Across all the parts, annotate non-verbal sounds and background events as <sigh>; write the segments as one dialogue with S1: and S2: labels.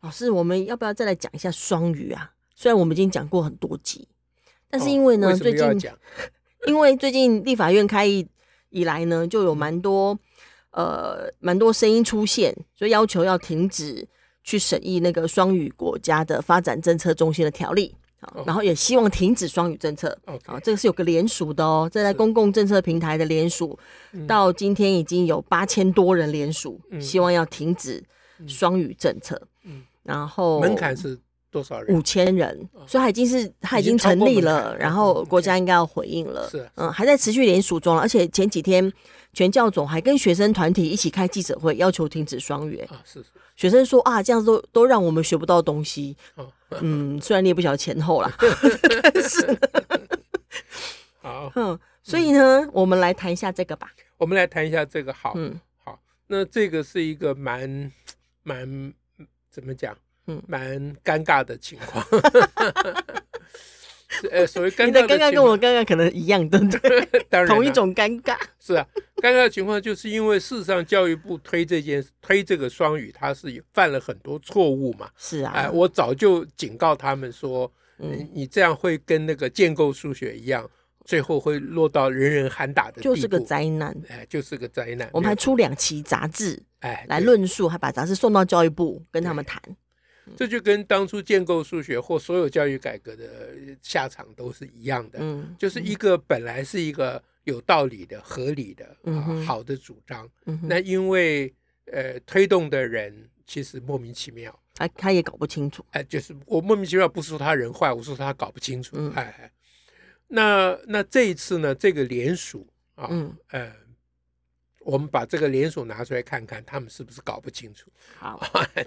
S1: 老师，我们要不要再来讲一下双语啊？虽然我们已经讲过很多集，但是因为呢，
S2: 哦
S1: 最
S2: 什么要
S1: 近
S2: 讲
S1: 因为最近立法院开议以来呢，就
S2: 嗯
S1: 有蛮多呃蛮多声音出现，所以要求要停止去审议那个双语国家的发展政策中心的条例。好
S2: 哦
S1: 然后也希望停止双语政策。好，
S2: ，OK，
S1: 这个是有个联署的哦，这在
S2: 是
S1: 公共政策平台的联署，
S2: 嗯
S1: 到今天已经有八千多人联署，
S2: 嗯
S1: 希望要停止
S2: 嗯
S1: 双语政策。
S2: 嗯
S1: 然后
S2: 门槛是多少人
S1: 五？千人，所以它已经是它已
S2: 已
S1: 经
S2: 经超
S1: 成
S2: 过
S1: 立
S2: 门槛
S1: 了，
S2: 了
S1: 然后
S2: 嗯
S1: 国家应该要回应了，
S2: 是啊
S1: 嗯，还在持续联署中了，而且前几天全教总还跟学生团体一起开记者会，要求停止双语。
S2: 啊，是是
S1: 学生说啊，这样都都让我们学不到东西，
S2: 哦，
S1: 嗯，虽然你也不晓得前后
S2: <laughs>
S1: 啦， <laughs>
S2: 好，
S1: 嗯，所以呢，我们来谈一下这个吧，
S2: 我们来谈一下这个好。
S1: 嗯
S2: 好，那这个是一个蛮蛮怎么讲？
S1: 嗯
S2: 蛮尴尬的情
S1: <laughs>
S2: 况。呃，所谓尴
S1: 你
S2: 尬
S1: 的
S2: 的
S1: 尴尬
S2: 情
S1: 跟我
S2: 况，啊
S1: 刚刚可能一样，对
S2: <laughs>
S1: 不对？
S2: 当然
S1: 同一
S2: 啦
S1: 种尴
S2: <laughs>
S1: 尬，
S2: 是啊，尴尬的情况就是因为事实上教育部推这件推这个双语，它是有犯了很多错误嘛。
S1: 是
S2: 哎，
S1: 啊，
S2: 我早就警告他们说，
S1: 嗯
S2: 嗯，你这样会跟那个建构数学一样，最后会落到人人喊打的地步，
S1: 就是个灾难。
S2: 哎，就是个灾难。
S1: 我们还
S2: 没有
S1: 出两期杂志
S2: 哎
S1: 来
S2: 对
S1: 论述，还把杂志送到教育部跟他们谈。
S2: 这就跟当初建构数学或所有教育改革的下场都是一样的，
S1: 嗯，
S2: 就是一个本来是一个有道理的、合理的、
S1: 嗯
S2: 啊
S1: 哼
S2: 好的主张，
S1: 嗯哼
S2: 那因为呃推动的人其实莫名其妙，
S1: 他他也搞不清楚。
S2: 哎、就是我莫名其妙不是说他人坏，我说他搞不清楚，
S1: 嗯
S2: 哎哎，那那这一次呢，这个联署啊，
S1: 嗯，
S2: 呃，我们把这个联署拿出来看看，他们是不是搞不清
S1: <laughs>
S2: 楚？
S1: 好，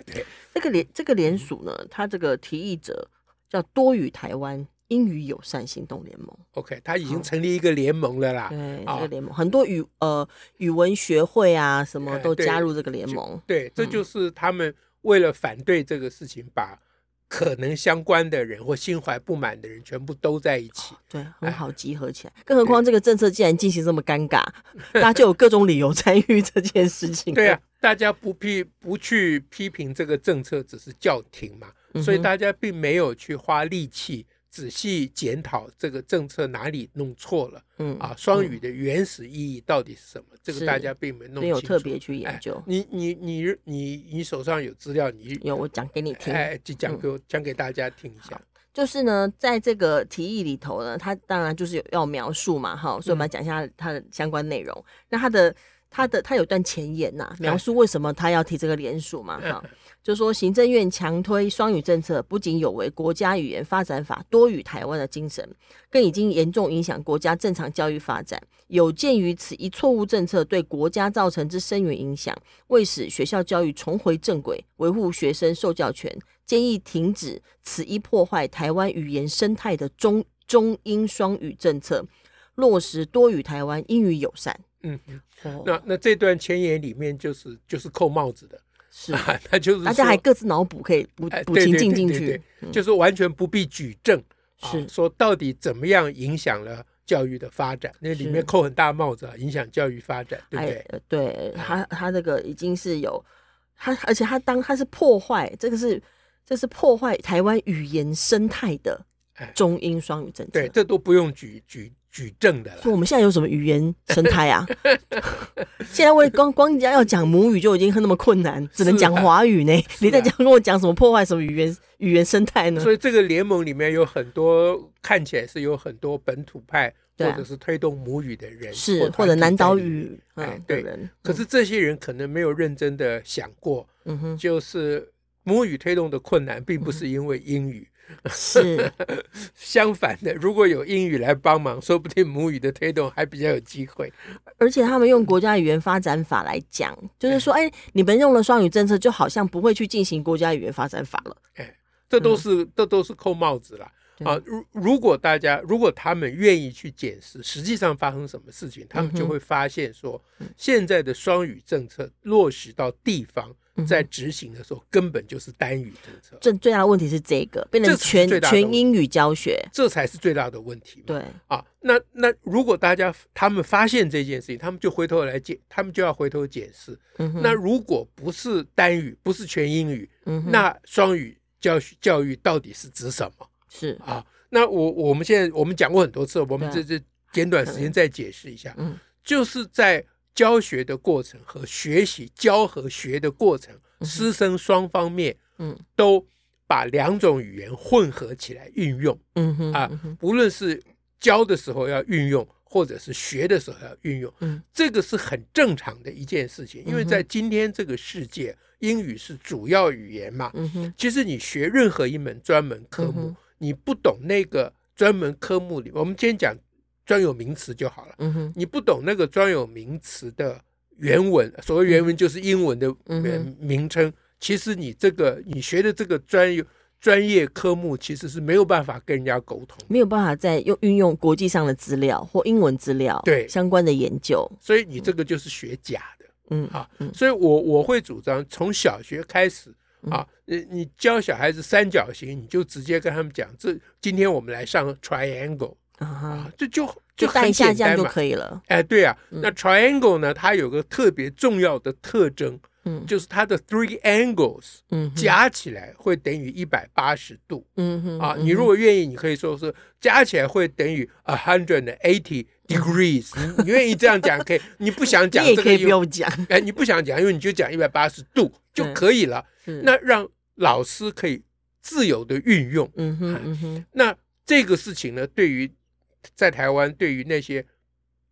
S2: 对，
S1: 这个联这个联署呢，他这个提议者叫多语台湾英语友善行动联盟。
S2: OK，他已
S1: 好嗯
S2: 经成立一个联盟了啦。
S1: 对，
S2: 啊
S1: 这个联盟很多语呃语文学会啊什么
S2: 哎
S1: 都
S2: 对
S1: 加入这个联盟。
S2: 对，这
S1: 嗯
S2: 就是他们为了反对这个事情，把可能相关的人或心怀不满的人全部都在一起。
S1: 对，很好集合起来。更何况这个政策既然进行这么尴尬，大家就有各种理由参与这件事
S2: <laughs>
S1: 情。
S2: 对啊，，大家不批不去批评这个政策，只是叫停嘛，
S1: 嗯哼
S2: 所以大家并没有去花力气仔细检讨这个政策哪里弄错了
S1: 嗯
S2: 啊，双语的原始意义到底是什么？这
S1: 是
S2: 个大家并没弄
S1: 没
S2: 清
S1: 有
S2: 楚。
S1: 特别去
S2: 哎
S1: 研究。
S2: 你你你你你手上有资料，你
S1: 有嗯我讲给你听。
S2: 哎，就讲给我讲给大家听一下。
S1: 就是呢，在这个提议里头呢，它当然就是有要描述嘛，哈，所以我们来讲一下它的相关内容。那它的它的它有段前言呐、描述为什么他要提这个联署嘛，哈，就说行政院强推双语政策，不仅有违国家语言发展法多语台湾的精神，更已经严重影响国家正常教育发展。有鉴于此一错误政策对国家造成之深远影响，为使学校教育重回正轨，维护学生受教权，建议停止此一破坏台湾语言生态的中中英双语政策，落实多语台湾英语友善。
S2: 嗯，
S1: 哦
S2: 那那这段前言里面就是就是扣帽子的，
S1: 是
S2: 那 <laughs> 就是
S1: 大家
S2: 说
S1: 还各自脑补，可以补
S2: 哎
S1: 补
S2: 对
S1: 情
S2: 对
S1: 境
S2: 对
S1: 进
S2: 对
S1: 去嗯
S2: 对。就是完全不必举证，啊
S1: 是
S2: 说到底怎么样影响了教育的发展？那里
S1: 是
S2: 面扣很大帽子啊，影响教育发展，对
S1: 哎
S2: 不对？嗯
S1: 呃对他他这个已经是有他，而且他当他是破坏，这个是这是破坏台湾语言生态的
S2: 哎
S1: 中英双语政策。
S2: 对，这都不用举举举证的
S1: 所以
S2: 了。
S1: 我们现在有什么语言生态啊？ <laughs> 现在为了光光要要讲母语就已经很那么困难，只能讲华语呢。
S2: 是啊
S1: 你在讲跟我讲什么破坏什么语言语言生态呢？
S2: 所以这个联盟里面有很多看起来是有很多本土派
S1: 对啊
S2: 或者是推动母语的人，
S1: 是
S2: 团
S1: 或者
S2: 体
S1: 南
S2: 在
S1: 岛
S2: 里面。
S1: 语
S2: 哎
S1: 嗯的
S2: 对
S1: 人，
S2: 可是这些人可能没有认真的想过，
S1: 嗯哼
S2: 就是母语推动的困难，并不是因为英语。
S1: 是
S2: 相反的，如果有英语来帮忙，说不定母语的推动还比较有机会。
S1: 而且他们用国家语言发展法来讲，就是说，哎，你们用了双语政策，就好像不会去进行国家语言发展法了
S2: 哎。这都是、这都是扣帽子啦。啊，如如果大家如果他们愿意去检视实际上发生什么事情，他们
S1: 嗯
S2: 就
S1: 哼嗯
S2: 会发现说，现在的双语政策落实到地方，
S1: 嗯
S2: 在执行的时候根本就是单语政策，
S1: 最最大的问题是这个变成
S2: 这是
S1: 全
S2: 最大的问
S1: 全
S2: 题
S1: 英语教学，
S2: 这才是最大的问题嘛。
S1: 对，
S2: 啊，那那如果大家他们发现这件事情，他们就回头来检，他们就要回头检视。
S1: 嗯哼
S2: 那如果不是单语，不是全英语，
S1: 嗯哼
S2: 那双语教学教育到底是指什么
S1: 是
S2: 啊？那我我们现在我们讲过很多次，我们这
S1: 对啊
S2: 这简短时间再解释一下，
S1: 嗯
S2: 就是在教学的过程和学习教和学的过程，师生双方面
S1: 嗯
S2: 都把两种语言混合起来运用。
S1: 嗯哼
S2: 啊
S1: 嗯哼
S2: 无论是教的时候要运用，或者是学的时候要运用，
S1: 嗯，
S2: 这个是很正常的一件事情，因为在今天这个世界，英语是主要语言嘛。
S1: 嗯哼
S2: 其实你学任何一门专门科目，
S1: 嗯
S2: 你不懂那个专门科目里，我们今天讲专有名词就好了。
S1: 嗯哼
S2: 你不懂那个专有名词的原文，所谓原文就是英文的
S1: 嗯
S2: 名
S1: 哼
S2: 名称。其实你这个你学的这个专有专业科目，其实是没有办法跟人家沟通的。
S1: 没有办法再用运用国际上的资料或英文资料
S2: 对
S1: 相关的研究，
S2: 所以你这个就是学假的
S1: 嗯嗯
S2: 啊。所以我我会主张从小学开始啊，你你教小孩子三角形，你就直接跟他们讲，这今天我们来上 triangle
S1: 啊哈，
S2: 啊，这就
S1: 就带
S2: 很
S1: 一下
S2: 简
S1: 这样
S2: 单
S1: 就
S2: 嘛。
S1: 可以嗯了，
S2: 哎，对啊，那 triangle 呢，它有个特别重要的特征，
S1: 嗯
S2: 就是它的 three angles
S1: 嗯哼
S2: 加起来会等于一百八十度
S1: 嗯哼
S2: 啊。
S1: 嗯
S2: 你如果愿意，你可以说是加起来会等于 a hundred
S1: 嗯
S2: and eighty degrees。你你愿意这样讲可以，你不想
S1: <laughs>
S2: 讲
S1: 你也
S2: 这
S1: 可
S2: 个
S1: 以不
S2: 有
S1: 用讲，
S2: 哎，你不想讲，因为你就讲一百八十度就
S1: 对
S2: 可以了。
S1: 是
S2: 那让老师可以自由的运用。
S1: 嗯哼
S2: <laughs>
S1: 嗯哼
S2: 那这个事情呢，对于在台湾，对于那些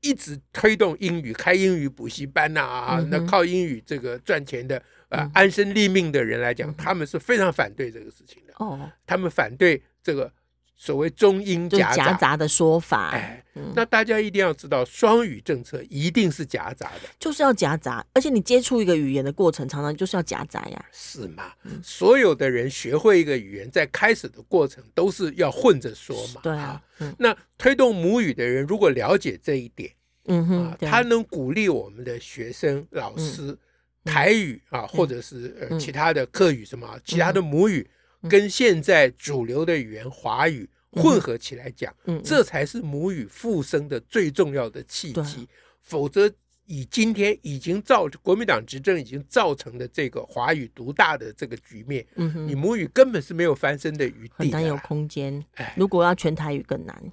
S2: 一直推动英语、开英语补习班呐、啊，
S1: 嗯哼
S2: 那靠英语这个赚钱的呃、
S1: 嗯
S2: 安身立命的人来讲，他们是非常反对这个事情的。
S1: 哦，
S2: 他们反对这个所谓中英
S1: 就是
S2: 夹
S1: 夹
S2: 杂。
S1: 杂的说法，
S2: 哎，
S1: 嗯
S2: 那大家一定要知道，双语政策一定是夹杂的。
S1: 就是要夹杂，而且你接触一个语言的过程，常常就是要夹杂呀，
S2: 是嘛？
S1: 嗯
S2: 所有的人学会一个语言，在开始的过程都是要混着说嘛。
S1: 对啊。，嗯
S2: 那推动母语的人，如果了解这一点
S1: 嗯
S2: 啊
S1: 哼，，对
S2: 他能鼓励我们的学生、老师，台语啊，或者是呃
S1: 嗯
S2: 其他的客语什么啊，其他的母语，跟现在主流的语言华语混合起来讲，
S1: 嗯嗯嗯
S2: 这才是母语复生的最重要的契
S1: 对
S2: 机。否则，以今天已经造国民党执政已经造成的这个华语独大的这个局面，
S1: 嗯哼
S2: 你母语根本是没有翻身的余
S1: 很
S2: 地
S1: 难
S2: 的啊
S1: 有
S2: 啦。
S1: 空间
S2: 哎。
S1: 如果要全台语更难，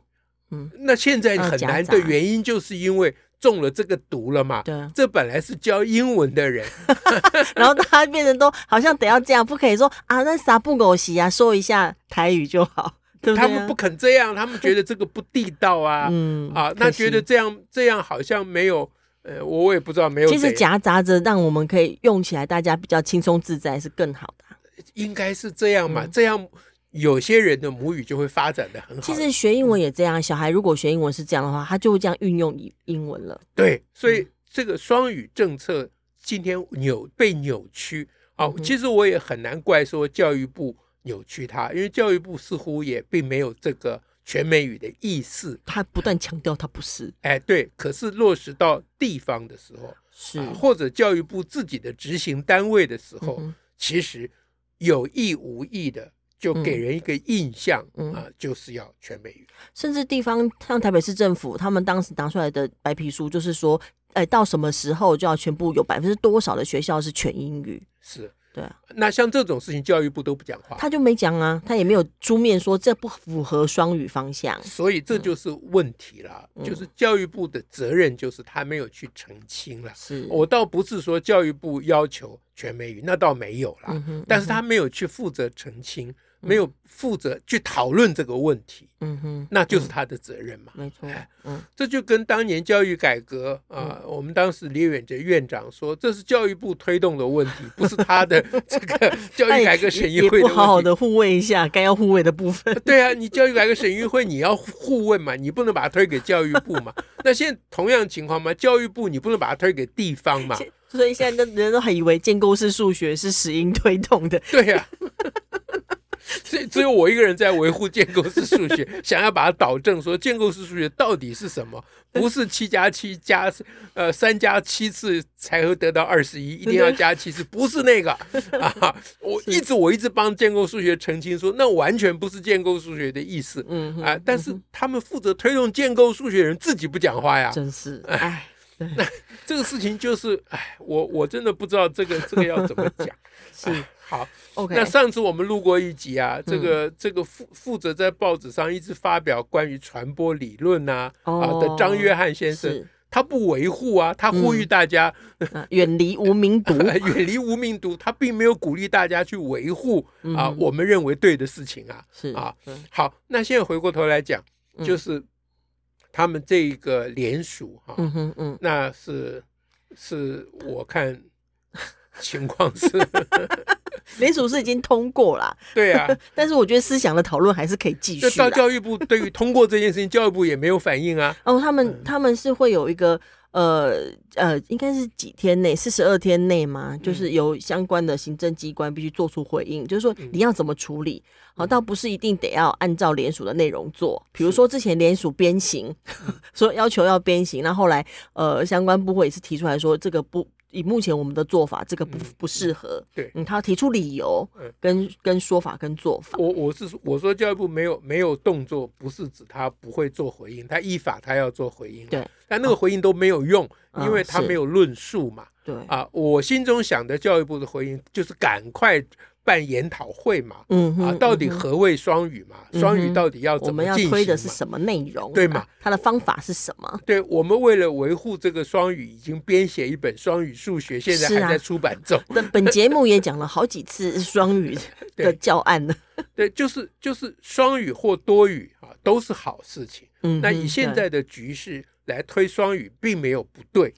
S2: 那现在很难的
S1: 要夹杂
S2: 原因，就是因为中了这个毒了嘛。
S1: 对啊。
S2: 这本来是教英文的人，
S1: 然后大家变成都好像得要这样，不可以说啊，那啥不狗席啊，说一下台语就好， <laughs> 对啊不对、
S2: 他们不，肯这样，他们觉得这个不地道啊、
S1: 嗯
S2: 啊，
S1: 可
S2: 那觉得
S1: 惜
S2: 这样这样好像没有，呃，我我也不知道没有怎
S1: 其
S2: 样。
S1: 实夹杂着，让我们可以用起来，大家比较轻松自在是更好的啊。
S2: 应该是这样
S1: 嗯
S2: 嘛，这样有些人的母语就会发展的嗯很好。
S1: 其实学英文也这样，小孩如果学英文是这样的话，他就会这样运用英英文了。
S2: 对，所
S1: 嗯
S2: 以这个双语政策今天扭被扭曲
S1: 嗯
S2: 啊，其实我也很难怪说教育部扭曲它，因为教育部似乎也并没有这个全美语的意识。
S1: 他不断强调他不是，
S2: 哎，对，可是落实到地方的时候，
S1: 是、
S2: 啊或者教育部自己的执行单位的时候，
S1: 嗯嗯哼
S2: 其实有意无意的就给人一个印象、
S1: 嗯
S2: 啊，就是要全美语。
S1: 甚至地方像台北市政府，他们当时拿出来的白皮书就是说，哎，到什么时候就要全部有百分之多少的学校是全英语？
S2: 是，
S1: 对啊。
S2: 那像这种事情，教育部都不讲话，
S1: 他就没讲啊，他也没有出面说这不符合双语方向。
S2: 所以
S1: 嗯
S2: 这就是问题了，就是教育部的责任就是他没有去澄清了。
S1: 是，
S2: 我倒不是哦说教育部要求全美语，那倒没有啦，
S1: 嗯哼
S2: 但是他没有去负责澄清，没有负责去讨论这个问题，
S1: 嗯哼，
S2: 那就是他的责任嘛。
S1: 没错，
S2: 哎
S1: 嗯
S2: 这就跟当年教育改革啊、我们当时李远哲院长说，这是教育部推动的问题，不是
S1: <laughs>
S2: 他的这个教育改革审议
S1: 哎也
S2: 会
S1: 不
S2: 的
S1: 好好
S2: 问题。
S1: 的护卫一下该要护卫的部分。
S2: <laughs>
S1: <laughs>
S2: 对啊，你教育改革审议会你要互问嘛，你不能把它推给教育部嘛。那现在同样情况嘛，教育部你不能把它推给地方
S1: <laughs>
S2: 嘛。
S1: 所
S2: <laughs>
S1: 以现在的人都还以为建构式数学是石英推动的，
S2: 对呀、只只有我一个人在维护建构式数学，想要把它导正，说建构式数学到底是什么？不是七加七加呃三加七次才会得到二十一，一定要加七次，不是那个啊！我一直我一直帮建构数学澄清说，那完全不是建构数学的意思
S1: 嗯哼
S2: 啊！但是他们负责推动建构数学的人自己不讲话呀，
S1: 真是哎，对，
S2: 这个事情就是哎，我我真的不知道这个这个要怎么讲。
S1: <laughs> 是
S2: 哎好，
S1: OK，嗯
S2: 那上次我们录过一集啊，这个这个负负责在报纸上一直发表关于传播理论呐啊
S1: 哦
S2: 的张约翰先生，
S1: 是嗯
S2: 他不维护啊，他呼吁
S1: <laughs>
S2: 大家
S1: 啊远离无
S2: <laughs>
S1: 名毒，
S2: 呃远离无名毒，他并没有鼓励大家去维护
S1: 嗯
S2: 啊我们认为对的事情啊。
S1: 是
S2: 啊，
S1: 对
S2: 好，那现在回过头来讲，
S1: 嗯
S2: 就是他们这个联署哈，
S1: 嗯哼
S2: <laughs>
S1: 嗯，
S2: 那是是我看情况是， <laughs>
S1: 联署是已经通过啦，
S2: 对啊，
S1: 但是我觉得思想的讨论还是可以继
S2: 就
S1: 续啊
S2: 到
S1: 啦。
S2: 教育部对于通过这件事情，教育部也没有反应啊。 <laughs>
S1: 哦，他们他们是会有一个呃呃，应该是几天内，四十二天内嘛，
S2: 嗯
S1: 就是由相关的行政机关必须做出回应，就是说
S2: 嗯
S1: 你要怎么处理，好、倒不是一定得要按照联署的内容做，比如说之前联署鞭刑，
S2: 嗯
S1: <laughs> 说要求要鞭刑，那后来呃相关部会也是提出来说这个不。以目前我们的做法，这个不不适合。
S2: 嗯对
S1: 嗯，他提出理由
S2: 嗯、
S1: 跟跟说法、跟做法。
S2: 我我是说我说教育部没有没有动作，不是指他不会做回应，他依法他要做回应、啊
S1: 对，
S2: 但那个回应都没有用，
S1: 嗯
S2: 因为他
S1: 是
S2: 没有论述嘛。
S1: 对，
S2: 啊，我心中想的教育部的回应就是赶快办研讨会嘛，
S1: 嗯哼
S2: 啊，到底
S1: 嗯哼
S2: 何谓双语嘛？
S1: 嗯哼
S2: 双语到底要
S1: 我
S2: 怎么
S1: 们要
S2: 进行嘛？
S1: 推的是什么内容？啊
S2: 对嘛？
S1: 它的方法是什么？
S2: 对我们为了维护这个双语，已经编写一本双语数学，现在
S1: 是
S2: 还
S1: 啊
S2: 在出版中。
S1: 本本节目也讲了好几次双语
S2: <laughs> 对
S1: 的教案了。
S2: 对，就是就是双语或多语啊，都是好事情。
S1: 嗯
S2: 那
S1: 哼
S2: 以现
S1: 对
S2: 在的局势来推双语，并没有不对。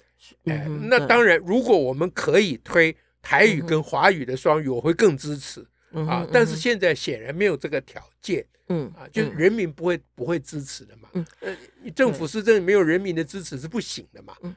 S2: 哎
S1: 嗯，哼
S2: 那
S1: 对
S2: 当然，如果我们可以推台语跟华语的双语，我会更支持
S1: 嗯
S2: 啊
S1: 哼。
S2: 但是现在显然没有这个条件
S1: 嗯
S2: 啊，就是
S1: 嗯
S2: 人民不会不会支持的嘛
S1: 嗯。
S2: 呃，政府施政没有人民的支持是不行的嘛。
S1: 嗯
S2: 嗯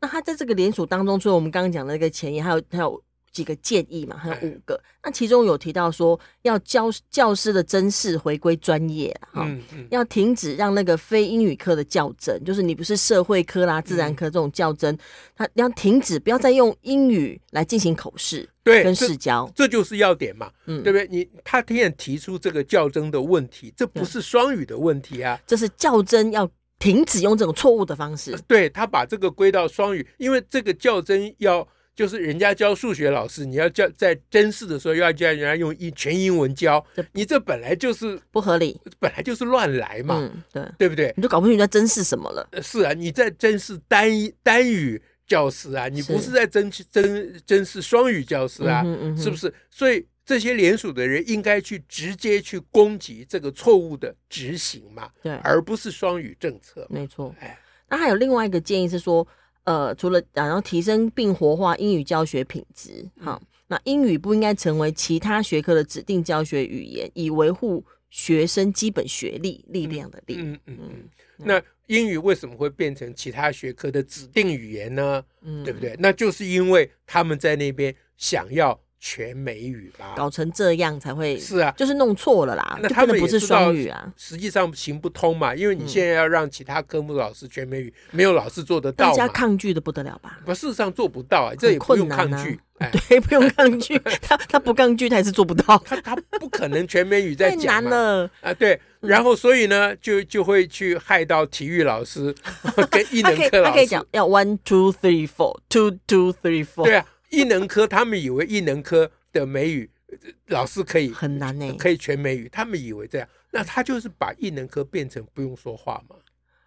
S1: 那他在这个联署当中，除了我们刚刚讲的那个前言，还有还有几个建议嘛，还有五
S2: 嗯
S1: 个。那其中有提到说，要教教师的真试回归专业啊哈。
S2: 嗯嗯，
S1: 要停止让那个非英语科的较真，就是你不是社会科啦、自
S2: 嗯
S1: 然科这种较真，他要停止，不要再用英语来进行口试
S2: 对，
S1: 跟
S2: 这
S1: 试教。
S2: 这就是要点嘛，
S1: 嗯
S2: 对不对？你他现在提出这个较真的问题，这
S1: 嗯
S2: 不是双语的问题啊。
S1: 这是较真要停止用这种错误的方式。
S2: 对他把这个归到双语，因为这个较真要就是人家教数学老师，你要教在真试的时候要叫人家用英全英文教
S1: 这，
S2: 你这本来就是
S1: 不合理
S2: 本来就是乱来嘛，
S1: 嗯，对，
S2: 对不对？
S1: 你都搞不清楚在真是什么了。
S2: 呃是啊，你在真试单一单语教师啊，你
S1: 是
S2: 不是在真真真是双语教师啊，
S1: 嗯哼嗯哼
S2: 是不是？所以这些联署的人应该去直接去攻击这个错误的执行嘛，
S1: 对，
S2: 而不是双语政策。
S1: 没错
S2: 哎。
S1: 那还有另外一个建议是说，呃，除了然后提升并活化英语教学品质，
S2: 嗯
S1: 好，那英语不应该成为其他学科的指定教学语言，以维护学生基本学历力量的力。
S2: 嗯嗯嗯。那英语为什么会变成其他学科的指定语言呢？
S1: 嗯
S2: 对不？对？那就是因为他们在那边想要全美语吧？
S1: 搞成这样才会，
S2: 是啊，
S1: 就是弄错了啦，
S2: 那
S1: 就
S2: 他
S1: 根本
S2: 们也
S1: 不是
S2: 知道
S1: 双语啊。
S2: 实际上行不通嘛，因为你现在要让其他科目老师全美语，没有老师做得
S1: 大
S2: 到
S1: 家
S2: 嘛。
S1: 抗拒的不得了吧？
S2: 不，事实上做不到啊，这也不用抗
S1: 很
S2: 拒
S1: 困。
S2: 哎，
S1: 对，不用抗拒，他他不抗拒，他也是做不到，
S2: 他他不可能全美语在
S1: <laughs> 太
S2: 讲
S1: 难
S2: 嘛
S1: 了。
S2: 啊，对，然后所以呢，就就会去害到体育老师
S1: <laughs>
S2: 跟艺
S1: 他
S2: 能
S1: 可以
S2: 科
S1: 他
S2: 老
S1: 可以
S2: 师
S1: 讲。要 one two three four two two three four，
S2: 对啊，艺能科他们以为艺能科的美语呃老师可以
S1: 很难欸呢、
S2: 可以全美语，他们以为这样，那他就是把艺能科变成不用说话嘛，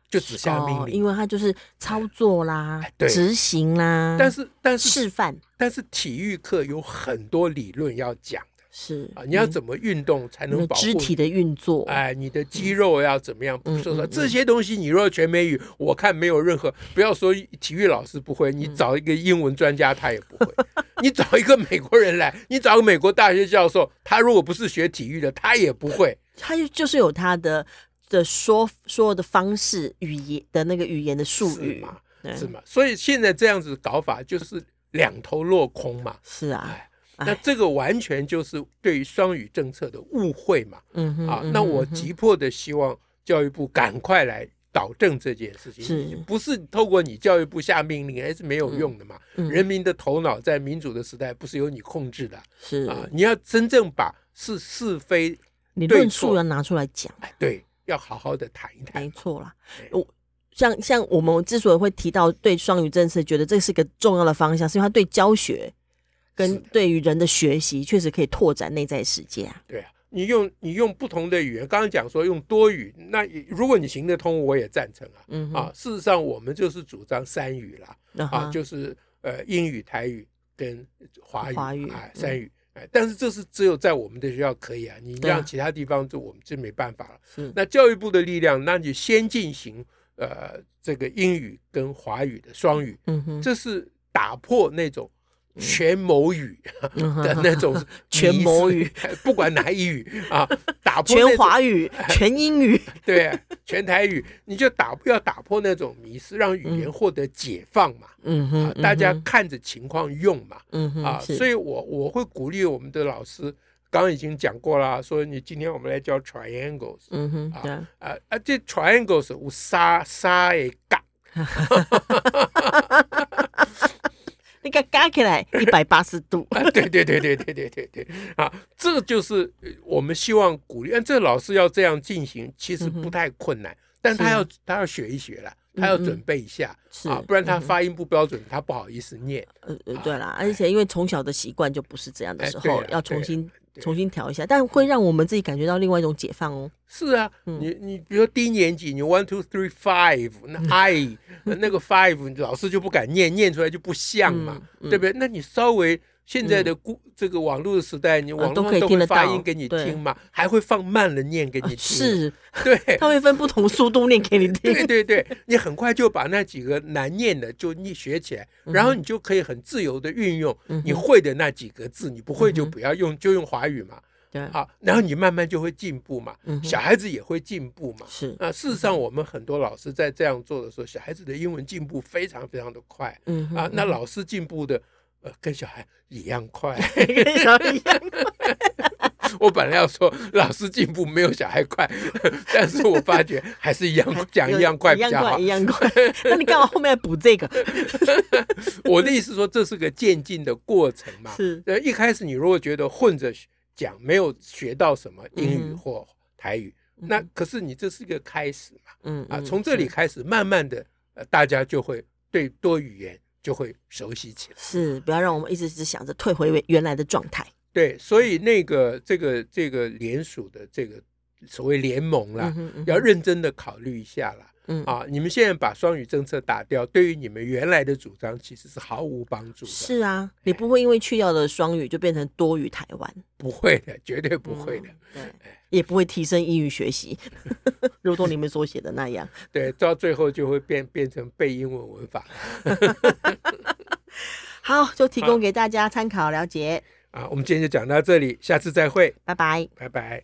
S2: 就只下命
S1: 哦，
S2: 令。
S1: 因为他就是操作啦
S2: 哎、对
S1: 执行啦，
S2: 但是但是
S1: 示范
S2: 但是体育课有很多理论要讲
S1: 是
S2: 啊，你要
S1: 嗯
S2: 怎么运动才
S1: 你
S2: 能
S1: 的
S2: 保护
S1: 肢体的运作，
S2: 哎，你的肌肉要怎么样？不
S1: 哦嗯
S2: 是说
S1: 嗯
S2: 这些东西，你若全美语，我看没有任何。不要说体育老师不会，
S1: 嗯
S2: 你找一个英文专家他也不
S1: <laughs>
S2: 会。你找一个美国人来，你找个美国大学教授，他如果不是学体育的，他也不会。
S1: 他就就是有他的的说说的方式、语言的那个语言的术
S2: 是
S1: 语嗯
S2: 嘛，
S1: 对
S2: 是吗？所以现在这样子搞法就是两头落空嘛。
S1: 是啊，
S2: 那这个完全就是对于双语政策的误会嘛。
S1: 嗯哼
S2: 啊
S1: 嗯，
S2: 那
S1: 哼
S2: 我
S1: 嗯哼
S2: 急迫的希望教育部赶快来导正这件事情，
S1: 是
S2: 不是透过你教育部下命令还是没有用的嘛？
S1: 嗯
S2: 人民的头脑在民主的时代不是由你控制的
S1: 是
S2: 啊！你要真正把是是非，
S1: 你
S2: 对
S1: 论
S2: 错
S1: 述要拿出来讲，
S2: 哎，对，要好好的谈一谈
S1: 没。错啦
S2: 对。
S1: 我像像我们之所以会提到对双语政策，觉得这是个重要的方向，是因为它对教学
S2: 是
S1: 跟
S2: 的
S1: 对于人的学习确实可以拓展内在世界啊。
S2: 对啊，你用你用不同的语言，刚刚讲说用多语，那也如果你行得通，我也赞成啊。
S1: 嗯哼
S2: 啊，事实上我们就是主张三语啦，
S1: 嗯
S2: 啊，
S1: 哼，
S2: 就是呃英语、台语跟华语、
S1: 华语
S2: 啊
S1: 嗯
S2: 三语。哎，但是这是只有在我们的学校可以啊，你
S1: 对啊
S2: 让其他地方就我们就没办法了。
S1: 是
S2: 那教育部的力量，那就先进行呃这个英语跟华语的双语，
S1: 嗯哼，
S2: 这是打破那种全谋语
S1: 嗯哼
S2: <laughs> 的那种
S1: 全
S2: 迷思
S1: 谋语，
S2: <laughs> 不管哪一语啊，打破那
S1: 全
S2: 种
S1: 华
S2: <laughs>
S1: 语、全英语，
S2: 对全台语，你就打要打破那种迷思，让语言
S1: 嗯
S2: 获得解放嘛。
S1: 嗯
S2: 啊
S1: 哼，，
S2: 大家
S1: 嗯哼
S2: 看着情况用嘛，
S1: 嗯哼
S2: 啊，所
S1: 以
S2: 以我我会鼓励我们的老师，刚刚已经讲过啦，说你今天我们来教 triangles，
S1: 嗯哼
S2: 啊
S1: 对啊，
S2: 啊啊，这 triangles 有沙沙的嘎，
S1: 你给它嘎起
S2: <laughs>
S1: 来一百八十度，
S2: 啊，对对对对对对对对，啊，这就是呃我们希望鼓励，啊这老师要这样进行，其实不太困难，但他
S1: 嗯是
S2: 要他要学一学啦，他要
S1: 嗯嗯
S2: 准备一下
S1: 是
S2: 啊，不然他
S1: 嗯哼
S2: 发音不标准，他不好意思念。
S1: 呃呃，对啦，而且因为从小的习惯就不是这样的
S2: 哎
S1: 时
S2: 对
S1: 候
S2: 啦，
S1: 要
S2: 对
S1: 重
S2: 啦
S1: 新
S2: 对啊嗯
S1: 重新调一下，但会让我们自己感觉到另外一种解放哦。
S2: 是啊，
S1: 嗯
S2: 你你比如说低年级，你 one two
S1: <laughs>
S2: three five，那 I 那个 five 老师就不敢念，念出来就不像嘛，
S1: 嗯嗯嗯
S2: 对不对？那你稍微现在的孤、这个网络的时代，你网
S1: 啊都
S2: 络
S1: 可
S2: 上
S1: 以
S2: 都
S1: 听
S2: 会
S1: 得
S2: 发
S1: 到
S2: 音给你
S1: 对啊
S2: 听嘛，还会放慢了念给你听，
S1: 是，
S2: <laughs> 对。
S1: 他会分不同速度念给你听。
S2: 对对对，你很快就把那几个难念的就你学起来，然后你就可以很自由的运用
S1: 嗯
S2: 你
S1: 哼
S2: 会的那几个字，你不会
S1: 嗯
S2: 就
S1: 哼
S2: 不要用，就用华语嘛，
S1: 对，
S2: 啊，然后你慢慢就会进步嘛，
S1: 嗯哼
S2: 小孩子也会进步嘛，
S1: 是，
S2: 那事实
S1: 嗯
S2: 上，我们很多老师在这样做的时候，小孩子的英文进步非常非常的快
S1: 嗯
S2: 啊
S1: 哼，。
S2: 那老师进步的呃跟小孩一样快。
S1: <laughs>
S2: <laughs>
S1: 跟小一样，
S2: 我本来要说老师进步没有小孩快， <laughs> 但是我发觉还是
S1: <laughs>
S2: 一样 <laughs> 讲一样快
S1: 一
S2: 比
S1: 样
S2: 较
S1: 快，
S2: 好
S1: 一。样快。 <laughs> 那你干嘛后面还补这
S2: <laughs>
S1: 个？
S2: 我的意思说，这是个渐进的过程嘛。
S1: 是，
S2: 呃，一开始你如果觉得混着讲没有学到什么英语
S1: 嗯
S2: 或台语，那可是你这是一个开始嘛。
S1: 嗯
S2: 啊，
S1: 嗯
S2: 从这里
S1: 是
S2: 开始，慢慢的，呃，大家就会对多语言就会熟悉起来。
S1: 是不要让我们一直只想着退回原原来的状态。
S2: 对，所以那个这个这个联署的这个所谓联盟啦
S1: 嗯，哼嗯
S2: 要
S1: 哼
S2: 认真的考虑一下啦。
S1: 嗯
S2: 啊，你们现在把双语政策打掉，对于你们原来的主张其实是毫无帮助的，
S1: 是啊，
S2: 哎
S1: 你不会因为去掉了双语就变成多语台湾。
S2: 不会的，绝对不会的。哎
S1: 嗯对，也不会提升英语学习， <laughs> 如同你们所写的那样。
S2: 对，到最后就会变变成背英文文法
S1: 好，就提供给大家参考了解，
S2: 啊。我们今天就讲到这里，下次再会，
S1: 拜拜。
S2: 拜拜。